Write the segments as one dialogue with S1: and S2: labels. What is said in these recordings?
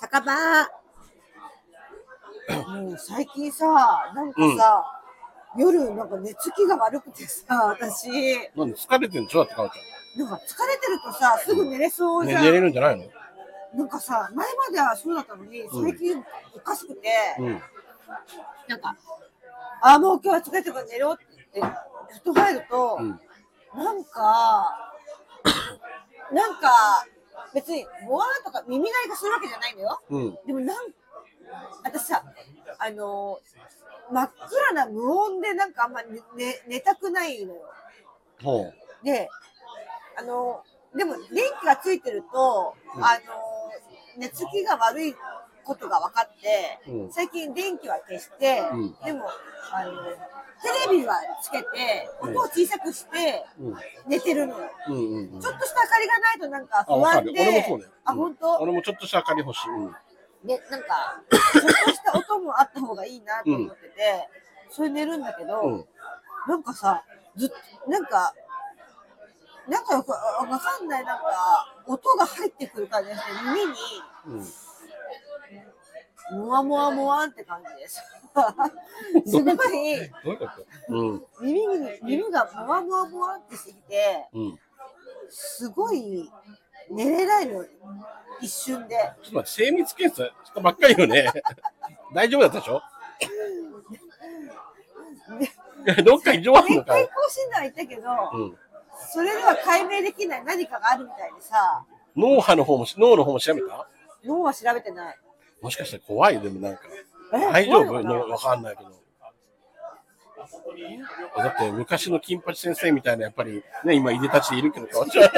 S1: 酒場。もう最近さ、なんかさ、夜なんか寝つきが悪くてさ、私、
S2: なんで疲れてんでしょだって、かおち
S1: なんか疲れてるとさ、すぐ寝れそ
S2: ゃ
S1: う
S2: ん。
S1: じ
S2: ね、
S1: ゃん。
S2: 寝れるんじゃないの
S1: なんかさ、前まではそうだったのに、最近おかしくて、
S2: うん。
S1: なんか、ああ、もう今日は疲れてるから寝ろって、布団入ると、
S2: うん。
S1: なんか、なんか、別に、ボワーとか耳鳴りがするわけじゃないのよ。
S2: うん。
S1: でもなん、私さ、あのー真っ暗な無音でなんかあんま寝寝寝たくないのよ。
S2: ほう。
S1: で、あのーでも電気がついてると、
S2: うん
S1: あのー寝つきが悪いことが分かって、
S2: うん
S1: 最近電気は消して、
S2: うん
S1: でも、あのーテレビはつけて、
S2: うん
S1: 音を小さくして
S2: うん。
S1: 寝てるのよ。
S2: うんうんうん
S1: ちょ。っとした明かりがないとなんか
S2: あ、
S1: 不
S2: わか
S1: 安
S2: る。
S1: で。
S2: 俺もそうだよ。
S1: あ、
S2: うん
S1: 本当。
S2: 俺もちょっとした明かり欲しい。うん。
S1: ね、なんか、ちょっとした音もあった方がいいなと思ってて、それ寝るんだけど、
S2: うん。
S1: なんかさ、ずっと、なんか、なんかよくあわかんない、なんか、音が入ってくる感じですね。耳に、
S2: うん。
S1: もわもわもわんって感じ です。すごい、
S2: どういうことうん。
S1: 耳に、耳がもわもわもわんってしてきて、
S2: うん。
S1: すごい、寝れないの、一瞬で。
S2: ちょっと待って、精密検査したばっかりよね。 大丈夫だったでし ょ
S1: で
S2: いやどっか異常ある
S1: 健
S2: のか
S1: 康
S2: よ。
S1: 診断は行ったけど、
S2: うん。
S1: それでは解明できない何かがあるみたいでさ、
S2: 脳波の方も、脳の方も調べた
S1: 脳は調べてない。
S2: もしかして怖いでもなんか。
S1: え
S2: 大丈夫
S1: 怖い
S2: の
S1: のか
S2: わかんないけど。だって昔の金八先生みたいなやっぱりね今いでたちでいるけど変わっちゃう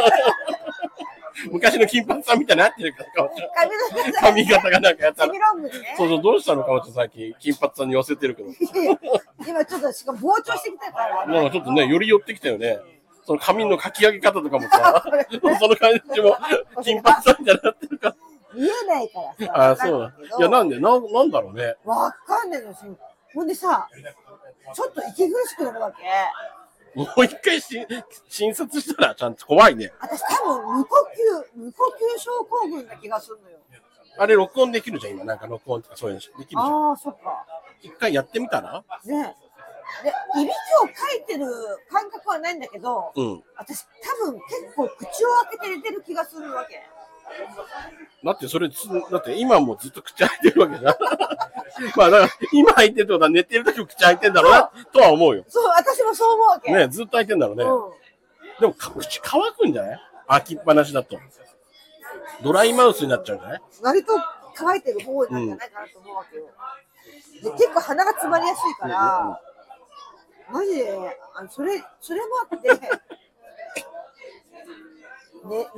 S2: 昔の金八さんみたいになってるから変わっちゃう
S1: な髪の毛
S2: 髪型がなんかやった
S1: セ
S2: ら
S1: ミロングでね。
S2: そうそうどうしたのかおちゃん最近金八さんに寄せてるけど
S1: 今ちょっとしかも膨張してきたから。
S2: なんかちょっとねより寄ってきたよねその髪のかき上げ方とかもさその感じも金八さんみたいになってるか
S1: 見えないからさ。
S2: らあそう
S1: わ
S2: だ
S1: かんない
S2: いや
S1: けど
S2: なんでななんだろうね
S1: わかんないのそうほんでさ、ちょっと息苦しくなるわけ。
S2: もう一回し診察したらちゃんと怖いね
S1: 私多分無呼吸、無呼吸症候群な気がするのよ。
S2: あれ録音できるじゃん、今。なんか録音とかそういうのできるじゃん。
S1: ああ、そっか。
S2: 一回やってみたら
S1: ねで、いびきをかいてる感覚はないんだけど、
S2: うん。
S1: 私多分結構口を開けて寝てる気がするわけ。
S2: だってそれつ、だって今もずっと口開いてるわけじゃん。 まあだから、今開いてるってことは寝てる時も口開いてんだろうな、とは思うよ。
S1: そう、私もそう思うわけ。
S2: ねずっと開いてんだろうね。
S1: うん。
S2: でもか口乾くんじゃない開きっぱなしだと。ドライマウスになっちゃうんじゃない
S1: 割と乾いてる方なんじゃないかなと思うわけよ。で結構鼻が詰まりやすいから、マジで、あのそれ、それもあって、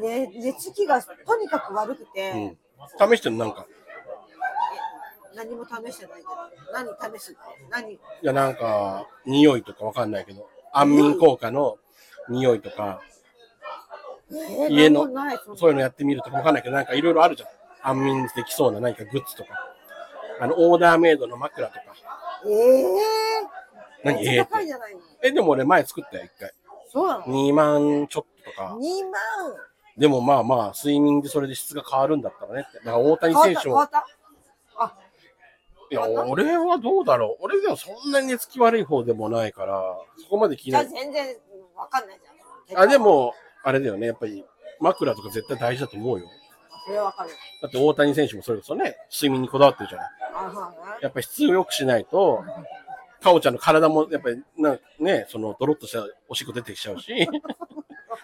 S1: ね、ね、寝つきがとにかく悪くて、
S2: うん。試してるなんか。
S1: 何も試してないけど、何試すって、何、
S2: いや、なんか、匂いとかわかんないけど、安眠効果の匂いとか、
S1: えー
S2: 家の
S1: 何もない、そんな
S2: そういうのやってみるとかわかんないけど、なんかいろいろあるじゃん。安眠できそうな何かグッズとか。あの、オーダーメイドの枕とか。
S1: えー、
S2: 何
S1: めっちゃ高いじゃないの。
S2: え、でも俺前作ったよ、一回。
S1: そうなの
S2: 2万ちょっととか。
S1: ?2 万
S2: でもまあまあ、睡眠でそれで質が変わるんだったらねって。だから大
S1: 変
S2: 谷
S1: わっ
S2: 選
S1: た
S2: 手
S1: 変わ
S2: も
S1: っ。たあ、
S2: いや、
S1: 変わった
S2: 俺はどうだろう。俺でもそんなに寝つき悪い方でもないから、そこまで気に
S1: じゃあ
S2: ない。
S1: 全然わかんないじゃん。
S2: あ、でも、あれだよね。やっぱり、枕とか絶対大事だと思うよ。
S1: それはわかる。
S2: だって大谷選手もそれこそね、睡眠にこだわってるじゃない。
S1: あはい
S2: やっぱり質を良くしないと、かおちゃんの体も、やっぱり、なんかね、その、ドロッとしたおしっこ出てきちゃうし、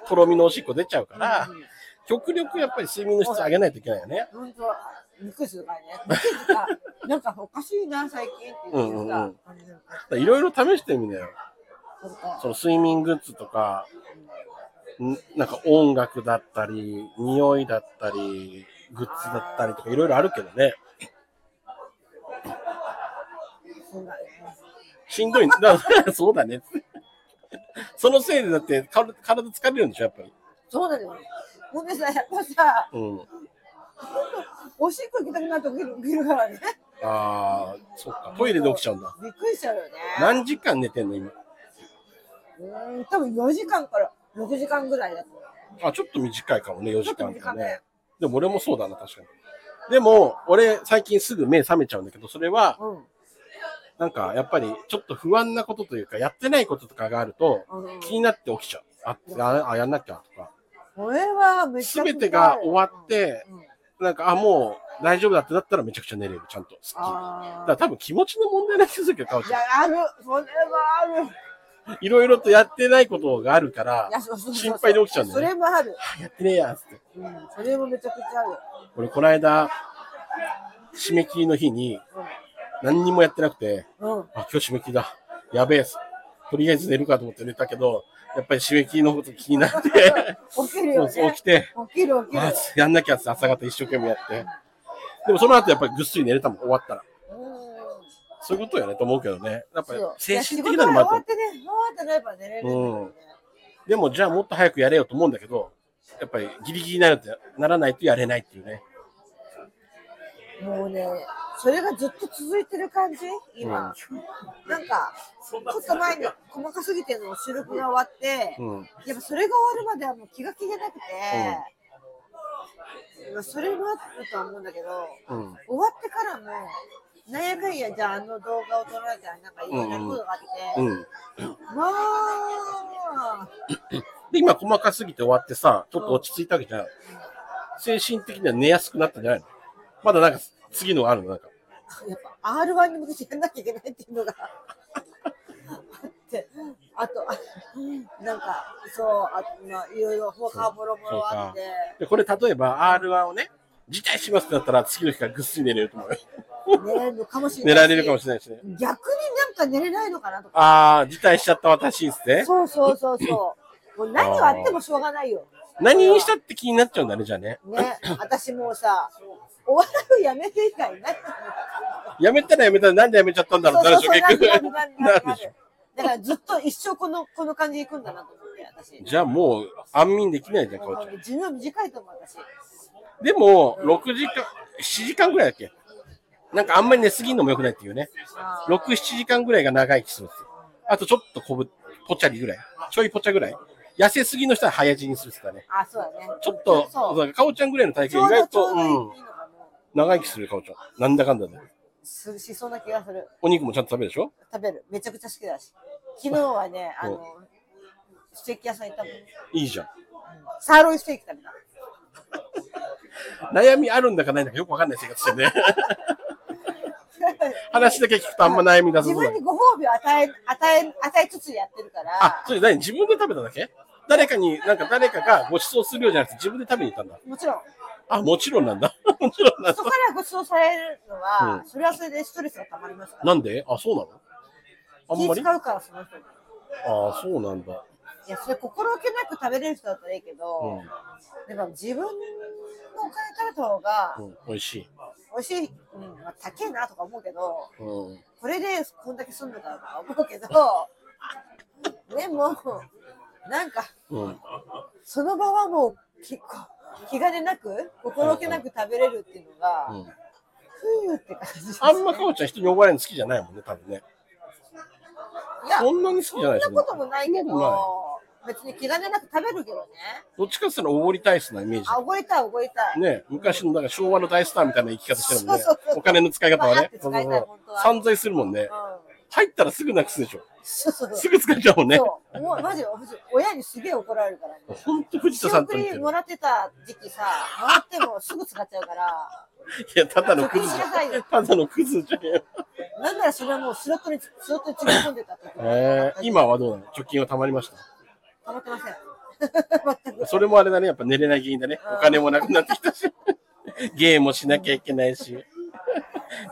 S2: とろみのおしっこ出ちゃうから、極力やっぱり睡眠の質上げないといけないよね。
S1: 本当肉数がね。肉数がなんかおかしいな、最近って言ってさ。
S2: いろいろ試してみなよ。
S1: そうか
S2: その睡眠グッズとか、んなんか音楽だったり、匂いだったり、グッズだったりとかいろいろあるけどね。
S1: そうだね。
S2: しんどい。 だからそうだね。そのせいでだって体体疲れるんでしょ、やっぱり。
S1: そうだよ。ほんでさ、やっぱさ、
S2: うん。
S1: おしっこ行きたくなるとギルギルからね。
S2: ああ、そっか。トイレで起きちゃうんだ。
S1: びっくりしちゃうよね。
S2: 何時間寝てんの今。
S1: うーん、多分4時間から6時間ぐらいだと思う。
S2: あ、ちょっと短いかもね、4
S1: ちょ
S2: 時
S1: っと
S2: 間って
S1: 短
S2: ね
S1: め。。
S2: でも俺もそうだな、確かに。でも、俺、最近すぐ目覚めちゃうんだけど、それは、
S1: うん。
S2: なんか、やっぱり、ちょっと不安なことというか、やってないこととかがあると、
S1: うん
S2: 気になって起きちゃう。あ、ああやんなきゃとか。
S1: これはめちゃ
S2: す
S1: くちゃ。
S2: べてが終わって、
S1: うん、
S2: なんか、あ、もう大丈夫だってなったらめちゃくちゃ寝れる、ちゃんと。すっきり。だか
S1: あ
S2: ら
S1: あ。
S2: 多分気持ちの問題なんですよ、かお
S1: い
S2: ち
S1: や
S2: ゃ、
S1: ある。それはある。
S2: ん。いろいろとやってないことがあるから
S1: い、や、そうそうそう
S2: 心配で起きちゃうんだ
S1: そ
S2: よね
S1: れもある。
S2: あやってねえや、つって。
S1: うん。それもめちゃくちゃある。
S2: 俺、この間、締め切りの日に、何にもやってなくて、
S1: うん。うん。
S2: あ、今日締め切りだ。やべえっす。とりあえず寝るかと思って寝たけど、やっぱり締め切りのこと気になっ て、
S1: 起きる
S2: そ
S1: よ、
S2: う
S1: ね。
S2: そう起きて、
S1: 起きる起きる
S2: あ。やんなきゃっつって朝方一生懸命やって。でもその後やっぱりぐっすり寝れたもん、終わったら。
S1: うん。
S2: そういうことやねと思うけどね。やっぱり
S1: そう
S2: 精神的なのもあると
S1: いや仕事が終わ
S2: 思
S1: ってね、終わってないから寝れるんだよね。
S2: う。でもじゃあもっと早くやれよと思うんだけど、やっぱりギリギリになるってならないとやれないっていうね。
S1: もうね、それがずっと続いてる感じ今、なんか、ちょっと前に細かすぎての収録が終わって、
S2: うん。うん。
S1: やっぱそれが終わるまではもう気が気じゃなくて、まあそれもあるとは思うんだけど、
S2: うん。
S1: 終わってからも、なんやかんやじゃああの動画を撮られたらなんかいろんなことがあって、
S2: うん。
S1: まあ、
S2: で、今細かすぎて終わってさ、ちょっと落ち着いたわけじゃん。精神的には寝やすくなったんじゃないのまだなんか次のがあるのなんか。
S1: やっぱ R1 に向けてやんなきゃいけないっていうのが あって、あと、あなんか、そう、あまあ、いろいろ他もろもろあって、
S2: で、これ例えば R1 をね、辞退しますってなったら次の日からぐっすり寝れると思 うよ。
S1: 寝れるかもしれな
S2: 寝
S1: い。
S2: られるかもしれないしね。
S1: 逆になんか寝れないのかなとか。
S2: あー、辞退しちゃった私っすね。
S1: そうそうそうそう。もう何があってもしょうがないよ。
S2: 何にしたって気になっちゃうんだね、じゃあね。
S1: ね、私もうさ、お笑いをやめて以外ない。
S2: やめたらやめたらなんでやめちゃったんだろうってなるでしょ、
S1: な
S2: 結
S1: るなる
S2: 局。
S1: なる
S2: な
S1: な
S2: るでし
S1: る。だからずっと一生このこの感じでいくんだなと思って、私。
S2: じゃあもう安眠できないじゃん、こうちゃ
S1: 寿命短いと思う、私。
S2: ん。でも、6時間、7時間ぐらいだっけなんかあんまり寝すぎんのも良くないっていうね。
S1: あー
S2: 6、7時間ぐらいが長生きするんですよ。あとちょっとこぶ、ぽっちゃりぐらい。ちょいぽっちゃぐらい。痩せすぎの人は早死にするって言ってたね。
S1: あ、そうだね。
S2: ちょっと、
S1: そう
S2: そうかおちゃんぐらいの体
S1: ちょ
S2: 型
S1: う
S2: 意外
S1: どち
S2: と、
S1: ょうどいい
S2: うん、
S1: のかも。
S2: 長生きするよかおちゃん。なんだかんだで。
S1: するしそうな気がする。
S2: お肉もちゃんと食べるでしょ
S1: 食べる。めちゃくちゃ好きだし。昨日はね、あの、ステーキ屋さん行ったもん。
S2: いいじゃん。
S1: サーロインステーキ食べた。
S2: 悩みあるんだかないんだかよくわかんない生活して るね。 話だけ聞くとあんま悩み出さ
S1: 自
S2: そうだ
S1: 分
S2: ね
S1: にご褒美を与え、与え、与えつつやってるから。
S2: あ、それ何自分で食べただけ誰かに、なんか誰かがご馳走するようじゃなくて自分で食べに行ったんだ。
S1: もちろん、
S2: あ、もちろんなんだ。 もちろんなんだ
S1: 人。からご馳走されるのは、
S2: うん
S1: それはそれでストレスがたまりますから。
S2: なんであ、そうなのあんま
S1: 気
S2: り
S1: 使うから、その人に。
S2: あ、そうなんだ。
S1: いや、それ心置けなく食べれる人だったらいいけ
S2: う
S1: ど
S2: ん、。
S1: でも自分のお金食べた方が、
S2: うん、美味しい。
S1: 美味しい、うん、まあ、高えなとか思うけど、
S2: うん。
S1: これでこんだけ済んのかなとか思うけど、 でも、なんか、
S2: うん。
S1: その場はもう、きこ気兼ねなく、心置けなく食べれるっていうの
S2: う
S1: が、
S2: ん。
S1: ふーって感じです。
S2: あんまかおちゃん人に怒られるの好きじゃないもんね、多分ね。
S1: いや、
S2: そんなに好きじゃないです
S1: そんなこともないけ
S2: そんなことない
S1: ど、別に気兼ねなく食べるけどね。
S2: どっちかっていうとおごりたいっすなイメー
S1: あ、
S2: ジ。
S1: 覚えたい、覚えたい。
S2: ね昔のなんか昭和の大スターみたいな生き方してるもんね
S1: そうそうそ。う
S2: お金の使い方はね。
S1: バーって使いたい本当は
S2: 散財するもんね
S1: う。ん。
S2: 入ったらすぐなくすでしょ。
S1: そうそう
S2: す
S1: そう。
S2: ぐ使っちゃうもんね。
S1: そうもうマジでマジで親にすげえ怒られるから、ね、
S2: ほんと藤田
S1: 仕
S2: さんと
S1: 送
S2: 似て
S1: り
S2: る。
S1: もらってた時期さもらってもすぐ使っちゃうから
S2: いや、ただのクズじ
S1: 貯金しなさい
S2: ゃん
S1: よ。
S2: ただのクズじゃん。
S1: なんならそれはもうスロットに、スロットに詰め込んでたってこと
S2: えー、今はどうなの貯金は貯まりまし
S1: 溜まってません。 全く。
S2: た。それもあれだね、やっぱ寝れない原因だね。お金もなくなってきたし。 芸もしなきゃいけないし。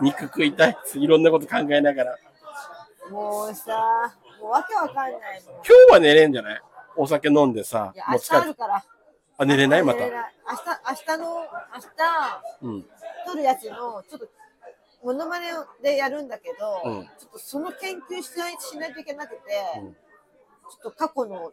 S2: 肉食いたいっついろんなこと考えながら。
S1: もうさ、もうわけわかんないもん。
S2: 今日は寝れんじゃないお酒飲んでさ
S1: いや、、
S2: も
S1: 明
S2: う
S1: 日あ
S2: 疲れ
S1: る
S2: て。
S1: から。
S2: あ、寝れないまた
S1: 寝。れない明日、明日の、明
S2: うん。
S1: 日、撮るやつの、ちょっと、モノマネをでやるんだけど、
S2: うん
S1: ちょっとその研究しないしないといけなくて、
S2: うん
S1: ちょっと過去の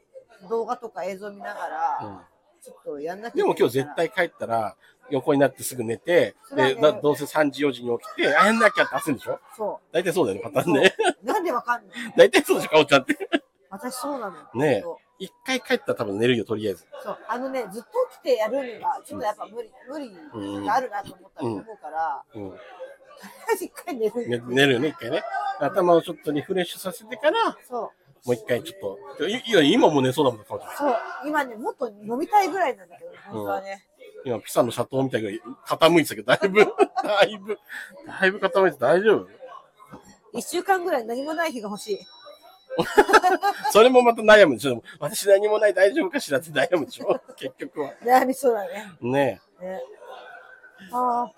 S1: 動画とか映像見ながら、
S2: うん
S1: ちょっとやんなきゃいけ
S2: で
S1: ない
S2: も今日絶対帰ったら、横になってすぐ寝て、で、だどうせ3時4時に起きて、あ、やんなきゃって焦るんでしょ
S1: そ
S2: 大体そうだよね、パター
S1: う。
S2: ンね。
S1: なんでわかんない
S2: 大体そうでしょ、かおちゃんって。
S1: 私そうなの。
S2: ねえ
S1: そう
S2: 一回帰ったら多分寝るよ、とりあえず。
S1: そうあのねずっと起きてやるのがちょっとやっぱ無理、無理があるなと思ったと思うから、
S2: うん。
S1: しっかり寝る、
S2: ね寝るよね、一回ね。頭をちょっとリフレッシュさせてから、
S1: そう
S2: もう一回ちょっと。いいや、今もう寝そうだもん、かおちゃん。
S1: そう今ねもっと飲みたいぐらいなんだけど本当はね、
S2: 今、ピサの斜塔みたいに傾いてたけど、だいぶ、 だいぶ、だいぶ傾いて大丈夫
S1: 一1週間ぐらい何もない日が欲しい
S2: それもまた悩むでしょ。私何もない、大丈夫かしらって悩むでしょ。結局は。
S1: 悩みそうだね
S2: ね
S1: ねあ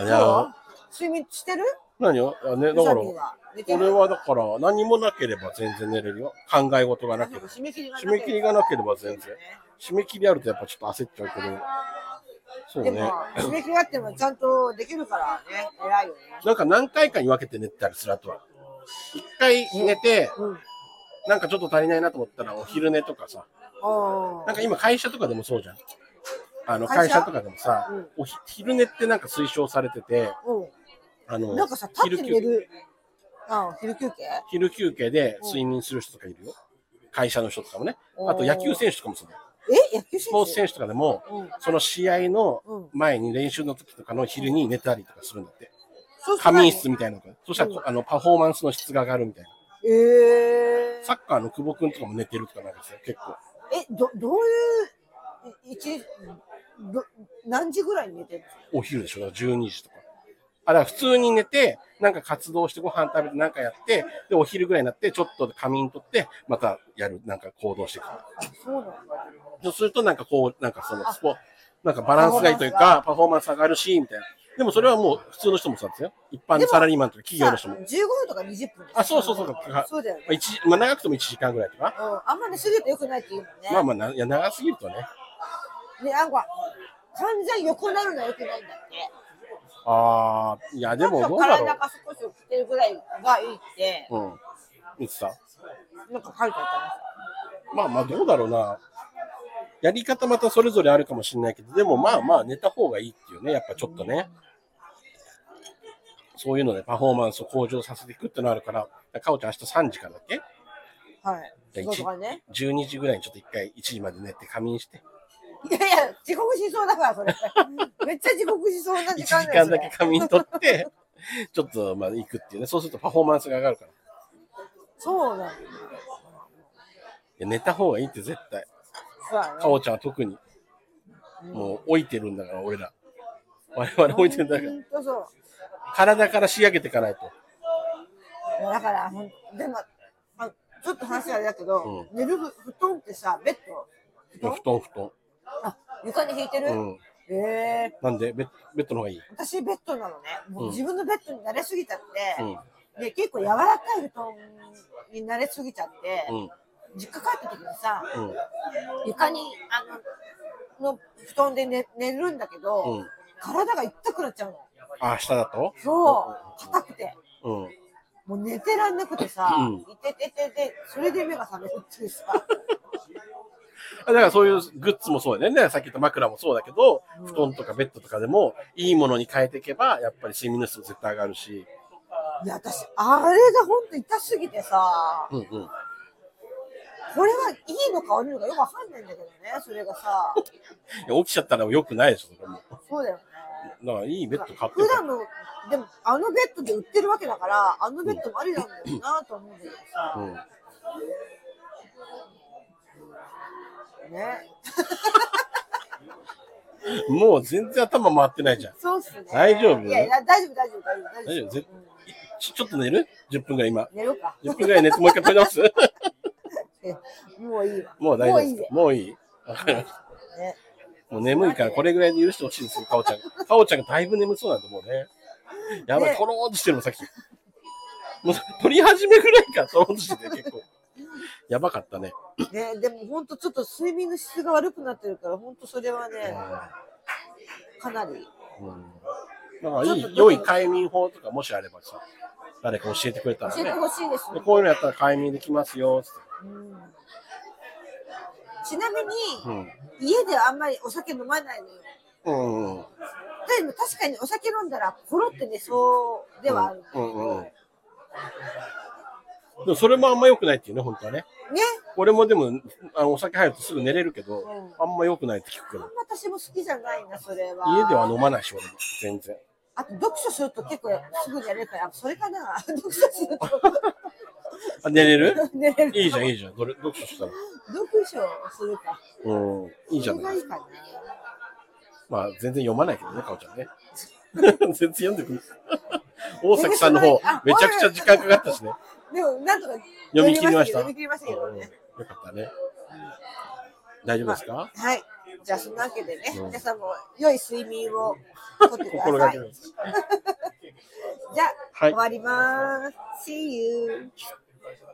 S2: え。
S1: あ
S2: い
S1: ど
S2: や
S1: う、睡眠してる
S2: 何よ。あね、だ
S1: ウ
S2: か
S1: サ
S2: ら、
S1: ビ
S2: 俺
S1: は寝てる
S2: はだから、何もなければ全然寝れるよ。考え事がなければ。
S1: 締め切りがなけ
S2: 締め切りがなければ全然
S1: ね。
S2: 締め切りあるとやっぱちょっと焦っちゃうけど。そう
S1: で
S2: ね。
S1: も締め切りあってもちゃんとできるからね偉いよね
S2: なんか何回かに分けて寝てたりするあとは。一回寝て、
S1: うん
S2: なんかちょっと足りないなと思ったらお昼寝とかさ。
S1: あ
S2: なんか今会社とかでもそうじゃん。あの
S1: 会
S2: 会
S1: 社
S2: 社とかでもさ、
S1: うん
S2: おひ昼寝ってなんか推奨されてて、
S1: あうん
S2: あの、
S1: なんかさ、立って寝
S2: 昼休
S1: る。ああ、昼休憩
S2: 昼休憩で睡眠する人とかいるよ。会社の人とかもね。
S1: おー
S2: あと野球選手とかもそうだよ。
S1: え野球選手
S2: スポーツ選手とかでも、
S1: うん。
S2: その試合の
S1: うん
S2: 前に練習の時とかの昼に寝たりとかするんだって。
S1: そう
S2: 仮眠室み
S1: た
S2: たいなのが。そしたらこ、あの、パフォーマンスの質が上がるみたいな。
S1: いな。えー
S2: サッカーの久保くんとかも寝てるとかなんですよ、結構。
S1: え、ど、どういう、い一日、ど、何時ぐらいに寝てる
S2: お昼でしょ、だから12時とか。あ、だから普通に寝て、なんか活動してご飯食べてなんかやって、で、お昼ぐらいになって、ちょっと仮眠取って、またやる、なんか行動していく。
S1: そうなんだ。
S2: そうするとなんかこう、なんかそのスポ、なんかバランスがいいというか、パフォーマンス上がるし、みたいな。でもそれはもう普通の人もそうですよ。一般
S1: で
S2: の
S1: も
S2: サラリーマンとか企業の人
S1: さ
S2: も。
S1: 15分とか20分でしょ
S2: あそうそうそうそう
S1: そうだよね。
S2: まあ、一時まあ、長くても1時間ぐらいとか。
S1: うん、あんまりすぎると良くないって言うもんね。
S2: まあまあな、いや、長すぎるとね。
S1: で、なんか、完全に横になるのは良くないんだって。
S2: ああ、いや、でも
S1: ちょっ
S2: ど
S1: と
S2: うだろ
S1: 体が少し起きてるぐらいがいいって、
S2: う。うん。言ってた。
S1: なんか書いてあ
S2: まあまあ、どうだろうな。やり方またそれぞれあるかもしれないけど、でもまあまあ寝た方がいいっていうね、やっぱちょっとね。そういうのでパフォーマンスを向上させていくってのあるから、かおちゃん明日3時からだっけ
S1: ったな。はい。
S2: じゃあ
S1: 仕事がね。
S2: ?12 時ぐらいにちょっと一回1時まで寝て仮眠して、
S1: いやいや、遅刻しそうだから、そ れ。めっちゃ遅刻しそうな
S2: 1
S1: 時
S2: 時
S1: 間
S2: 間だ
S1: よ
S2: け仮眠取って、ちょっとまあ行くっていうね。そうするとパフォーマンスが上がるから。い
S1: それそうなの。
S2: や寝た方がいいって絶対。
S1: そうだね。
S2: かおちゃんは特に。もう置いてるんだから、俺ら。我々置いてるんだから
S1: ほ。んとそう。
S2: 体から仕上げていかないと。
S1: いやだから、ほんでも、あちょっと話はあれだけど、寝る布布団ってさ、ベッド、
S2: 布団、布団。
S1: あ床に引いてる、
S2: うん。
S1: ええ
S2: なんでベッ、ベッドの方がいい。
S1: 私ベッドなのね。もううん自分のベッドに慣れすぎちゃっ
S2: う
S1: て、
S2: ん。
S1: で結構柔らかい布団に慣れすぎちゃって、
S2: うん。
S1: 実家帰った時にさ、
S2: うん。
S1: 床に、あの、の布団で寝寝るんだけど、
S2: うん。
S1: 体が痛くなっちゃうの。
S2: あ、明日だと
S1: そう、硬くて。
S2: うん。
S1: もう寝てらんなくてさ、
S2: うん
S1: いてててて、それで目が覚めるっていうさ、
S2: だからそういうグッズもそうだよね。さっき言った枕もそうだけど、布団とかベッドとかでも、いいものに変えていけば、やっぱり睡眠の質も絶対上がるし。
S1: いや、私、あれが本当痛すぎてさ、
S2: うんうん。
S1: これはいいのか悪いのかよくわかんないんだけどね、それがさ、
S2: いや起きちゃったら良くないでしょ、それも。
S1: そうだよね。
S2: だからいいベッド買って
S1: 普
S2: よ
S1: 段の、でも、あのベッドで売ってるわけだから、あのベッドもありなんだよなと思うんだけど
S2: う
S1: さ、
S2: ん。
S1: ね。
S2: もう全然頭回ってないじゃん。
S1: そうっすね。
S2: 大丈夫
S1: いやいや、大丈夫、大丈夫、大丈夫。
S2: 大丈夫ぜ
S1: うん
S2: ちちょっと寝る ?10 分ぐらい今。
S1: 寝ようか。
S2: 10分ぐらい寝てもう一回取り直す
S1: もういいわ。
S2: もう大丈夫です
S1: も
S2: かもういい わかりました
S1: ういいね。
S2: もう眠いからこれぐらいで許してほしいですよ、かお ちゃんが。かおちゃんがだいぶ眠そうなんで、もうね。やばい、
S1: ね
S2: とろーんとしてるもん、さっき。もう取り始めぐらいからとろーんとして て、結構。やばかったね。
S1: ね、でも本当ちょっと睡眠の質が悪くなってるから、本当それはね、かなり。
S2: うん。だからいい、良い快眠法とかもしあればさ、誰か教えてくれたら
S1: 教えて
S2: ね。
S1: ほしいです、
S2: でこういうのやったら快眠できますよ、つって。
S1: うんちなみに、
S2: うん。
S1: 家ではあんまりお酒飲まないのよ。
S2: うんうん。
S1: でも確かにお酒飲んだら、ポロって寝そうではある。
S2: うんうんうん。でもそれもあんま良くないっていうね、本当はね。
S1: ね。
S2: 俺もでも、あのお酒入るとすぐ寝れるけど、
S1: うん
S2: あんま良くないって聞くけ
S1: あん
S2: ど、
S1: ま私も好きじゃないな、それは。
S2: 家では飲まないし、俺も。全然。
S1: あと、読書すると結構すぐにやれるから、あそれかな。読書する
S2: あ、寝れる
S1: と寝れる。
S2: いいじゃん、いいじゃん。どれ、読書したら。
S1: 読書するか。
S2: うん。いいじゃ
S1: それ
S2: な
S1: が
S2: い
S1: い。いかな。
S2: まあ、全然読まないけどね、かおちゃん ね。全然読んでくる。 大崎さんの方、めちゃくちゃ時間かかったしね。
S1: でも、なんとか
S2: 読み切りました。
S1: 読み切りましたけど
S2: うん
S1: ね
S2: よ。かったね。大丈夫ですか、
S1: はい。じゃあ、そんなわけでね、
S2: うん
S1: 皆さんも良い睡眠をとってくだ
S2: 心
S1: さ
S2: がけ
S1: い。
S2: てます。
S1: じゃあ、
S2: はい
S1: 終わります。See you.